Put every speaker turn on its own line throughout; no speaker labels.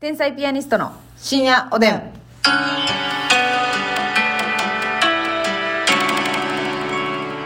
天才ピアニストの
深夜おでん。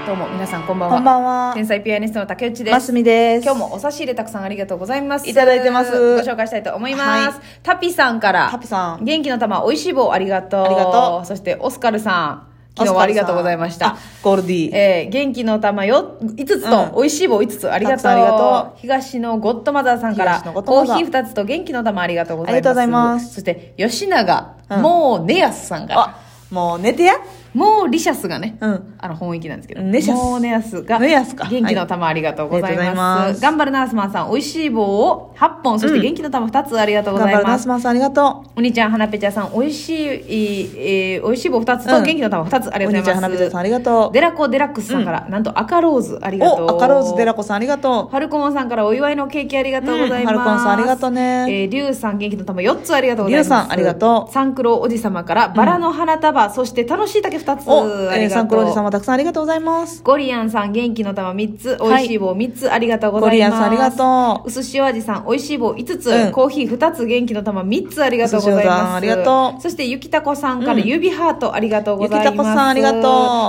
どうも皆さんこんばんは
こんばんは。
天才ピアニストの竹内です、
マスミです。
今日もお差し入れたくさんありがとうございます
いただいてます
ご紹介したいと思います、
は
タピさんから
タピさん
元気の玉おいしい棒ありがとう
ありがとう
そしてオスカルさん昨日はありがとうございまし
あ
た。
ゴールディー。
えー、元気の玉よ5つと、
うん
美味しい棒5つありが
た
と
くさ
うん
ありがと
東のゴッドマザーさんから
東のゴッド
コ
マザー
ーヒー2つと元気の玉ありがとうございます
ありがとうございます
そして吉永、
うん
もうネアスさんから
あ、もう寝てや。
もうリシャスがね、
うん
あの本域なんですけど
ネシャス
もうネアスが
ネアスか
元気の玉ありがとうござい
ありがとうござ
ま
い
す,、
ます
頑張るナースマンさん美味しい棒を8本そして元気の玉2つありがとうご
頑
ざ
張
い
るナ
ま
ース
す、
マンさんありがとう。
お兄ちゃん花ぺちゃさん美味しい、えーえー美味しい棒2つと
うん
元気の玉2つありがとう
お兄
ご
ち
ざ
ゃ
います、
ん、花火さんありがと
デラコ・デラックスさんから、なんと赤ローズあり
う。
がとう
お、赤ローズデラコさんありがとう。
ハルコモンさんからお祝いのケーキありがとうございます。
うんハルコモンさんありがとうね
えー、リュウさん元気の玉4つありがとうございます。
リュウさんありがとう
サンクロおじ様からバラの花束、そして楽しい竹2つ
お、
あ
え
り
ー、サ
が
ンクロ
と
ージさん
う。
もたくさんありがとうございます。
ゴリアンさん元気の玉3つ、
い
美味しい棒3つありがとうございます。
ゴリアンさんありがとう
うすしお味さん美味しい棒5つ、
うん
コーヒー2つ元気の玉3つありがとうございます
うすしおさんありがとう
そしてゆきたこさんから
うん
指ハートありがとうございます。
ゆきたこさんありがとう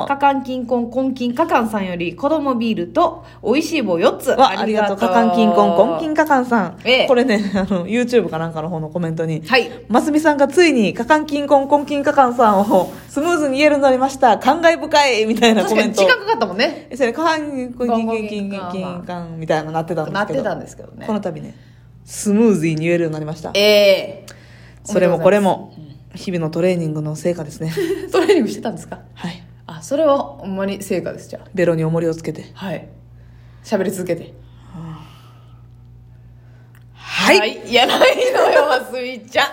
かかんきんこんこんきんかかんさんより子供ビールと美味しい棒4つ
わ、ありがとう。カカンキンコン、コンキンカカンさん。
ええ
これね、あの、YouTube かなんかの方のコメントに。
はい。
ますみさんがついに、カカンキンコン、コンキンカカンさんをスムーズに言えるようになりました。感慨深いみたいな
確
コ
か
メン
に
ト。
時間かかったもんね。
えそれカハンコンキンキンキンキンキンカンみたいなのなってたんですけど
なってたんですけどね
この度ねスムーズに言えるようになりました
ええ
それもこれ。も日々のトレーニングの成果ですね
トレーニングしてたんですか
はい
あ、それはほんまに成果です、じゃ
ベロに重りをつけて
あ。はい。喋り続けて。
はい
いやないのよ、ますみちゃん。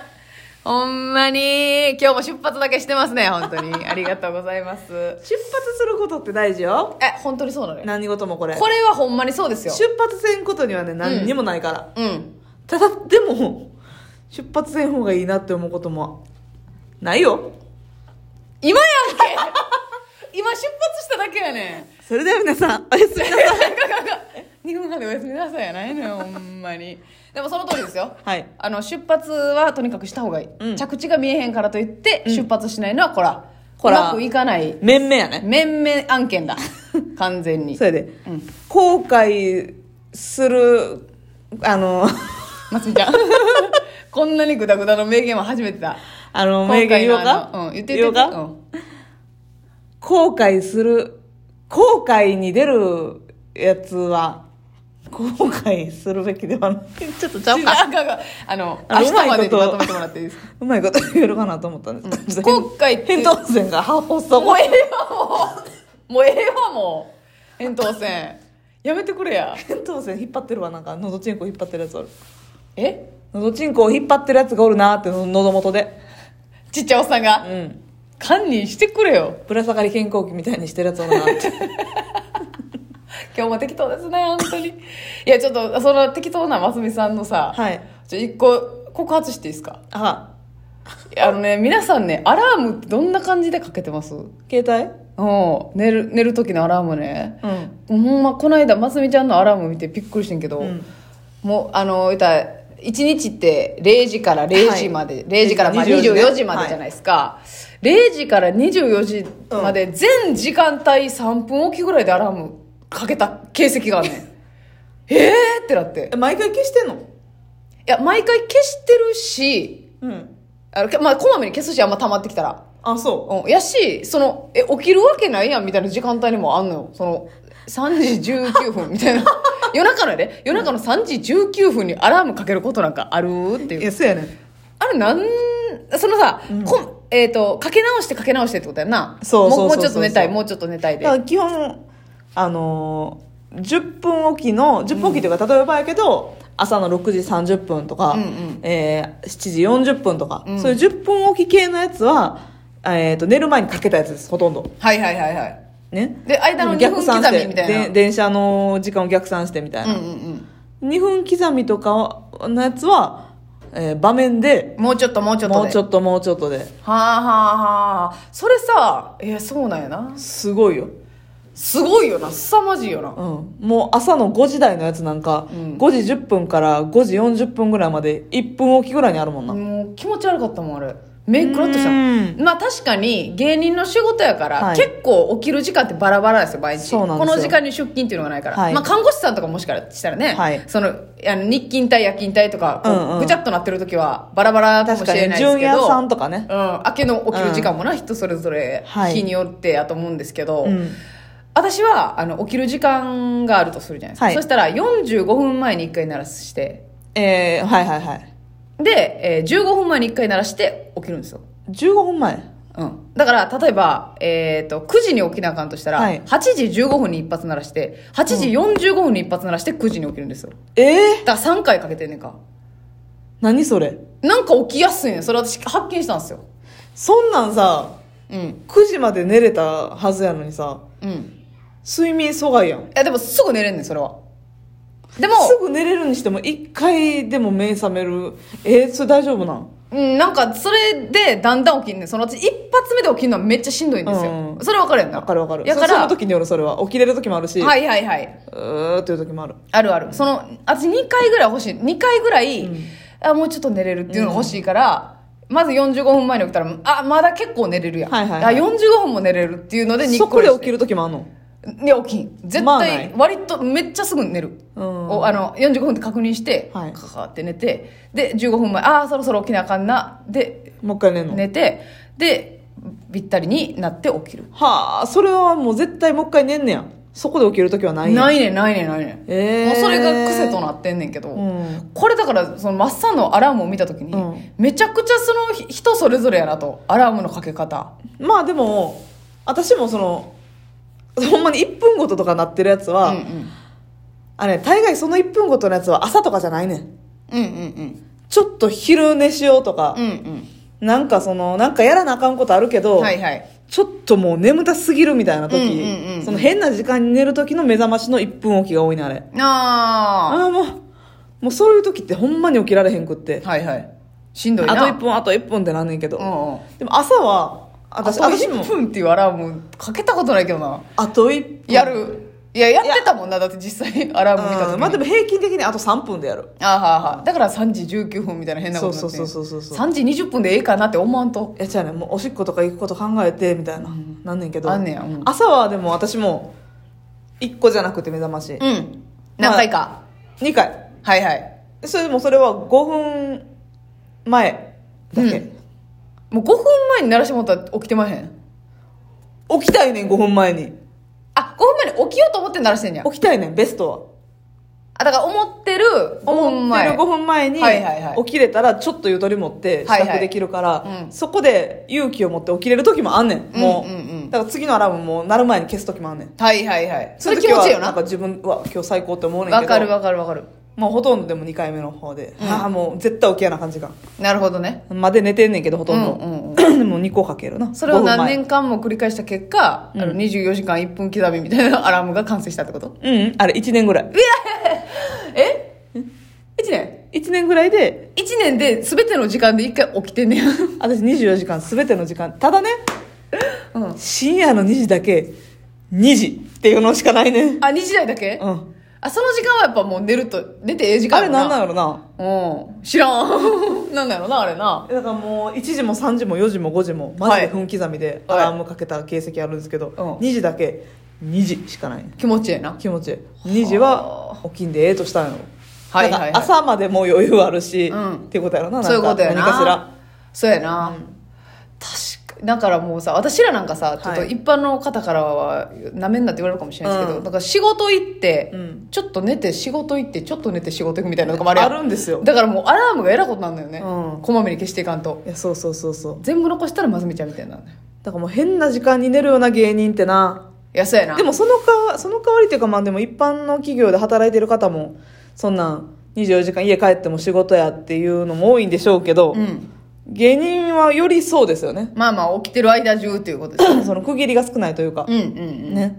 ほんまに、今日も出発だけしてますね、本当に。 ありがとうございます。
出発することって大事よ
え、本当にそうなのよ。
何事もこれ
これはほんまにそうですよ。
出発せんことにはね何にもないから、
うん。
ただでも出発せん方がいいなって思うこともないよ
今やんけ 今出発しただけやね ん。
それでは皆さんおやすみなさい
2分間でおやすみなさいやないのよほんまにでもその通りですよ
はい
あの出発はとにかくした方がいい、
うん
着地が見えへんからといって出発しないのはこら、
こら
うまくいかない
面々やね
面々案件 だ完全に
それで、
うん
後悔するあの
ますみちゃん こんなにグダグダの名言は初めてだ
あの名言言おう
今回
か
のあのうん、言って
言
言っ
おう
て
か、
うん
後悔する後悔に出るやつは後悔するべきではないちょっとちゃう
違う
か
あかんあかんあの
あの
明日まで
うまい
に
こと
まとめてもらっていいですか
うまいこと言えるかなと思ったんです、
うん後悔って
扁桃腺が発作
もうええわもうもうええわもう扁桃腺やめてくれや
扁桃腺引っ張ってるわなんか喉チンコ引っ張ってるやつおる
え
喉チンコを引っ張ってるやつがおるなーっての喉元で
ちっちゃいおっさんが
うん
堪忍してくれよ
ぶら下がり健康器みたいにしてるやつおるなーって
今日も適当ですね本当にいやちょっとその適当なますみさんのさ、
はい
ちょ一個告発していいですか
あ
あのね皆さんねアラームってどんな感じでかけてますうん
携帯
寝る寝る時のアラームね、
うん
もうほんまこの間ますみちゃんのアラーム見てびっくりしてんけど、
うん
もうあの言ったら1日って0時から0時まで、0時からまあ
24
24時までじゃないですか、0時から24時まで全時間帯3分おきぐらいでアラームかけた形跡があるねんえーってなって
え毎回消してんの
いや毎回消してるし
うん
あの、けまあ、こまめに消すしあんま溜まってきたら、
あそ
う
う
ん、やしそのえ起きるわけないやんみたいな時間帯にもあんのよその3時19分みたいな 夜中のやで夜中の3時19分にアラームかけることなんかあるっていう
いやそうやねん
あれなん、そのさ、こえっ、と、かけ直してかけ直してってことやんな。
そうそうそう
も
そう
もうちょっと寝たい、もうちょっと寝たいで
だ。から基本あのー10分おきの10分おきというか、例えばやけど朝の6時30分とか、
うんうん
えー7時40分とか、
うん
そういう10分おき系のやつは、えー、と寝る前にかけたやつですほとんど
はいはいはいはい。
ね
で、間の2分
逆
刻
算して
みみた
で
いな。
電車の時間を逆算してみたい
うん
な、
うん
2分刻みとかのやつは、えー場面で
うん。もうちょっともうちょっとで。
もうちょっともうちょっとで
はあはあはあ。それさ、えーそうなんやな。
すごいよ
すごいよな凄まじいよな
うん、もう朝の5時台のやつなんか、
うん
5時10分から5時40分ぐらいまで1分おきぐらいにあるもんな、
もう気持ち悪かったもんあれ目クラッとしたもん
う
まあ確かに芸人の仕事やから、
はい
結構起きる時間ってバラバラですよ毎日
そうなんですよ
この時間に出勤っていうのがないから、
はい
まあ看護師さんとかもしかしたらね、
はい
そのあの日勤帯夜勤帯とかこう、
うんうん
ぐちゃっとなってる時はバラバラかもし
確か
れ
に
ないです
純
け
也
ど
さんとかね、
うん、明けの起きる時間もな、人それぞれ
はい
日によってやと思うんですけど、
うん
私はあの起きる時間があるとするじゃないですか、
はい
そしたら45分前に1回鳴らして
えー、はいはいはい
で、えー15分前に1回鳴らして起きるんですよ、
15分前
うん、だから例えば、えー、と9時に起きなあかんとしたら、
はい
8時15分に一発鳴らして8時45分に一発鳴らして9時に起きるんですよ
えー、
だから3回かけてんねんか
何それ
なんか起きやすいねんそれ私発見したんですよ
そんなんさ
うん
9時まで寝れたはずやのにさ
うん
睡眠阻害やん
いやでもすぐ寝れんねんそれはでも
すぐ寝れるにしても1回でも目覚めるえー、それ大丈夫なん
うん、なんかそれでだんだん起きんねんその私一発目で起きるのはめっちゃしんどいんですよ、
うん
それ分かるやんな
わかるわかる
やか
そそ
ら
の時によるそれは起きれる時もあるし、、
はいいはいはいう
ーっていう時もある
あるあるその私2回ぐらい欲しい2回ぐらい、
うん
あもうちょっと寝れるっていうのが欲しいから、まず45分前に起きたらあまだ結構寝れるやん、
はいはいはい
あ45分も寝れるっていうのでにっ
そこ
こり
で
して
起きる時もあんの
いや起きん絶
まあない
対割とめっちゃすぐ寝る、
うん
おあの45分って確認して、
はい
カカって寝てで15分前ああそろそろ起きなあかんなで
もう一回寝んの、
寝てでぴったりになって起きる
はあそれはもう絶対もう一回寝んねやそこで起きる時はないんや
ないねんないねんないねん、
えー
もうそれが癖となってんねんけど、
うん
これだからそのマッサンのアラームを見た時に、
うん
めちゃくちゃその人それぞれやなとアラームのかけ方
まあでも私もそのほんまに1分ごととかなってるやつは、
うんうん
あれ大概その1分ごとのやつは朝とかじゃないねん
うんうん
ちょっと昼寝しようとか
うんう、ん
なんかそのなんかやらなあかんことあるけ
う
ど、
んはいはい
ちょっともう眠たすぎるみたいな時、
うんうんうん
その変な時間に寝る時の目覚ましの1分起きが多いねあれ
あ
ああもうもうそういう時ってほんまに起きられへんくって
あはいはいしんどいな
あと1分あと1分ってなんねんけど、
うんうん
でも朝は私
私あと
私も
1分っていうアラームかけたことないけどな、
あと1分
やるいややってたもんなだって実際アラーム見た時
う
に
んまあでも平均的にあと3分でやる
あーはーはーだから3時19分みたいな変なことになってん
そうそうそうそうそう
3時20分でええかなって思わんと
いや違うねもうおしっことか行くこと考えてみたいな、なんねんけど
あんねやうん
朝はでも私も1個じゃなくて目覚まし、
うん何回か、
2回
はいはい
それでもそれは5分前だけ、
もう5分前に鳴らしてもらったら起きてまへん
起きたいねん5分前に
あ5分前に起きようと思って鳴らしてんねや
起きたいねんベストは
あだから思ってる5分前
思ってる5分前に
はいはいはい
起きれたらちょっとゆとり持って支
はいはい
度できるから、
うん
そこで勇気を持って起きれる時もあんねんもう,、
うんうんうん
だから次のアラームも鳴る前に消す時もあんねん
はいはいはいそれ
そう
気
う時
持
は
ちいいよ
な
なん
か自分は今日最高って思うねんけど
わかるわかるわかる
もうほとんどでも2回目の方で、
うん
ああもう絶対起きやな感じが
なるほどね
まで寝てんねんけどほとんど、
うんうん
でも2個 かけるな
それを何
5
年間も繰り返した結果、あの24時間1分刻みみたいなアラームが完成したってこと
分前うんあれ1年ぐらい
え1年
1年ぐらいで
1年で全ての時間で1回起きてんねや
私24時間全ての時間ただね
うん
深夜の2時だけ2時っていうのしかないね
あ2時台だけ、
うん
あその時間はやっぱもう寝ると寝てええ時間
あれなんなん
の
やろな
うん知らん なんだろうなあれな
だからもう1時も3時も4時も5時もマジで分刻みでア
はい
ラームかけた形跡あるんですけど、
うん
2時だけ2時しかないね
気持ちええな
気持ちいい2時は起きんでええとしたんやろ
はいはいはい
だから朝までもう余裕あるし、
うん
っていうことやろななんか
そういうことやな
何かしら
そうやな、確かだからもうさ私らなんかさちょっと
はい
一般の方からはなめんなって言われるかもしれないですけど、
うん
だから仕事行って、
うん
ちょっと寝て仕事行ってちょっと寝て仕事行くみたいなのとかもあ
あ
るやん
るんですよ
だからもうアラームがえらいことなんだよね、
うん
こまめに消していかんと
いやそうそうそうそう
全部残したらまずみちゃんみたいになるね
だからもう変な時間に寝るような芸人ってない
やそうやな
でもそのかその代わりっていうかまあでも一般の企業で働いてる方もそんなん24時間家帰っても仕事やっていうのも多いんでしょうけど、
うん
芸人はよりそうですよね
まあまあ起きてる間中っていうことです
その区切りが少ないというか
う、んうんうん、
ね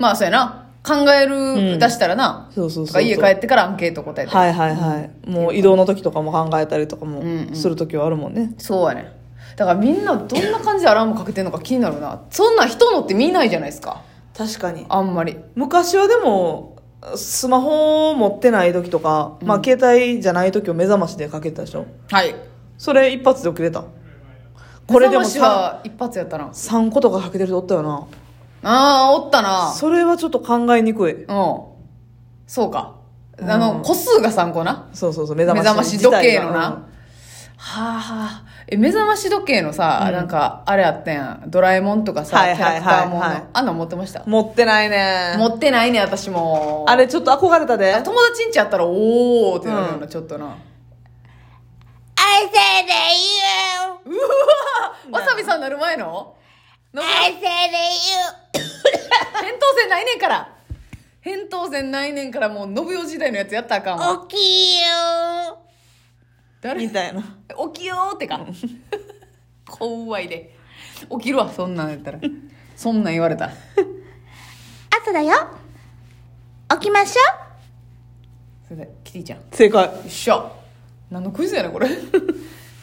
まあそうやな考える、
ん
出したらな
そうそうそう
とか家帰ってからアンケート答えて、
はいはいはい、もう移動の時とかも考えたりとか
うんう
も
ん
する時はあるもんね、
そうやねだからみんなどんな感じでアラームかけてんのか気になるなそんな人のって見ないじゃないですか
確かに
あんまり
昔はでもスマホを持ってない時とか、まあ携帯じゃない時を目覚ましでかけてたでしょ
はい
それ一発で起きれたこ
これ
れで
で
も
も
さ
は一発やったな
3個とかかけてる人おったよな
ああおったな
それはちょっと考えにくい
うんそうか
うん
あの個数が参考な
そうそうそう目覚
目
まし
覚まし時計
自体
の
が
なはあはあえ目覚まし時計のさ、なんかあれあったやんドラえもんとかさ、
はいはいはいはい
キャラクターもんの、あんなん持ってました
うん持ってないね
持ってないね私も
あれちょっと憧れたで
友達んちやったらおおってなるような、ちょっとな
I said that you.
うわわさびさんなる前の
I said that you.
返答戦ないねんから返答戦ないねんからもう信代時代のやつやったらあかんわ
Okay, you.
誰
みたいな
起きようって か怖いで起きるわそんなんやったらそんなん言われた
朝だよ。起きましょ
それでキティちゃんよ
正解
っしゃ何のクイズやねん これ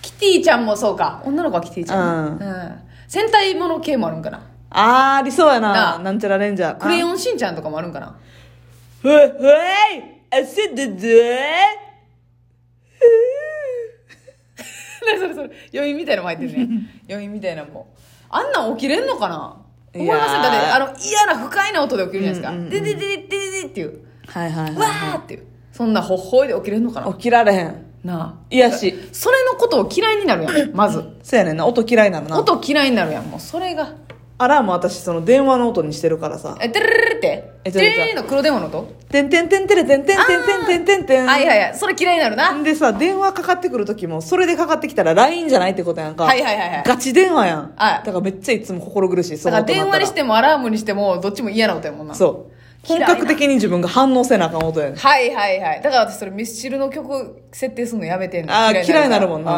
キティちゃんもそうか女の子はキティちゃん、
うん
ん戦隊もの系もあるんかな
あーありそうや
な
な
あ
なんちゃらレンジャー
クレヨンしんちゃんとかもあるんかな
ふふい汗だぜ
何それそれ余韻みたいなの巻い てるね余韻みたいなのもあんなん起きれんのかない思
やー
いませんだってあの嫌な不快な音で起きるじゃないですか、
うんうんうん
ででででででっていう
はいはい、
わーっていうそんなほっほいで起きれんのかな
起きられへん
なあ
癒し
それのことを嫌いになる やんまず
そうやねんな音嫌いなのな
音嫌いになるやんもうそれが
アラーム私その電話の音にしてるからさ
えてるるるって
え
て
ちょちょ
るるるの黒電話の音
「てんてんてんてれてんてんてんてんてんてんてん」
はいはいはいそれ嫌いになるな
でさ電話かかってくる時もそれでかかってきたら LINE じゃないってことやんか
はいはいはいはい
ガチ電話やん、
はい
だからめっちゃいつも心苦しいそ
だ
の
から
音
電
鳴った
話にしてもアラームにしてもどっちも嫌な音やもんな
そう
嫌い
本
な
格的に自分が反応せなあかん音やねん
はいはいはいだから私それミスチルの曲設定するのやめてんの
あー嫌いにな
か
る
ら
もんな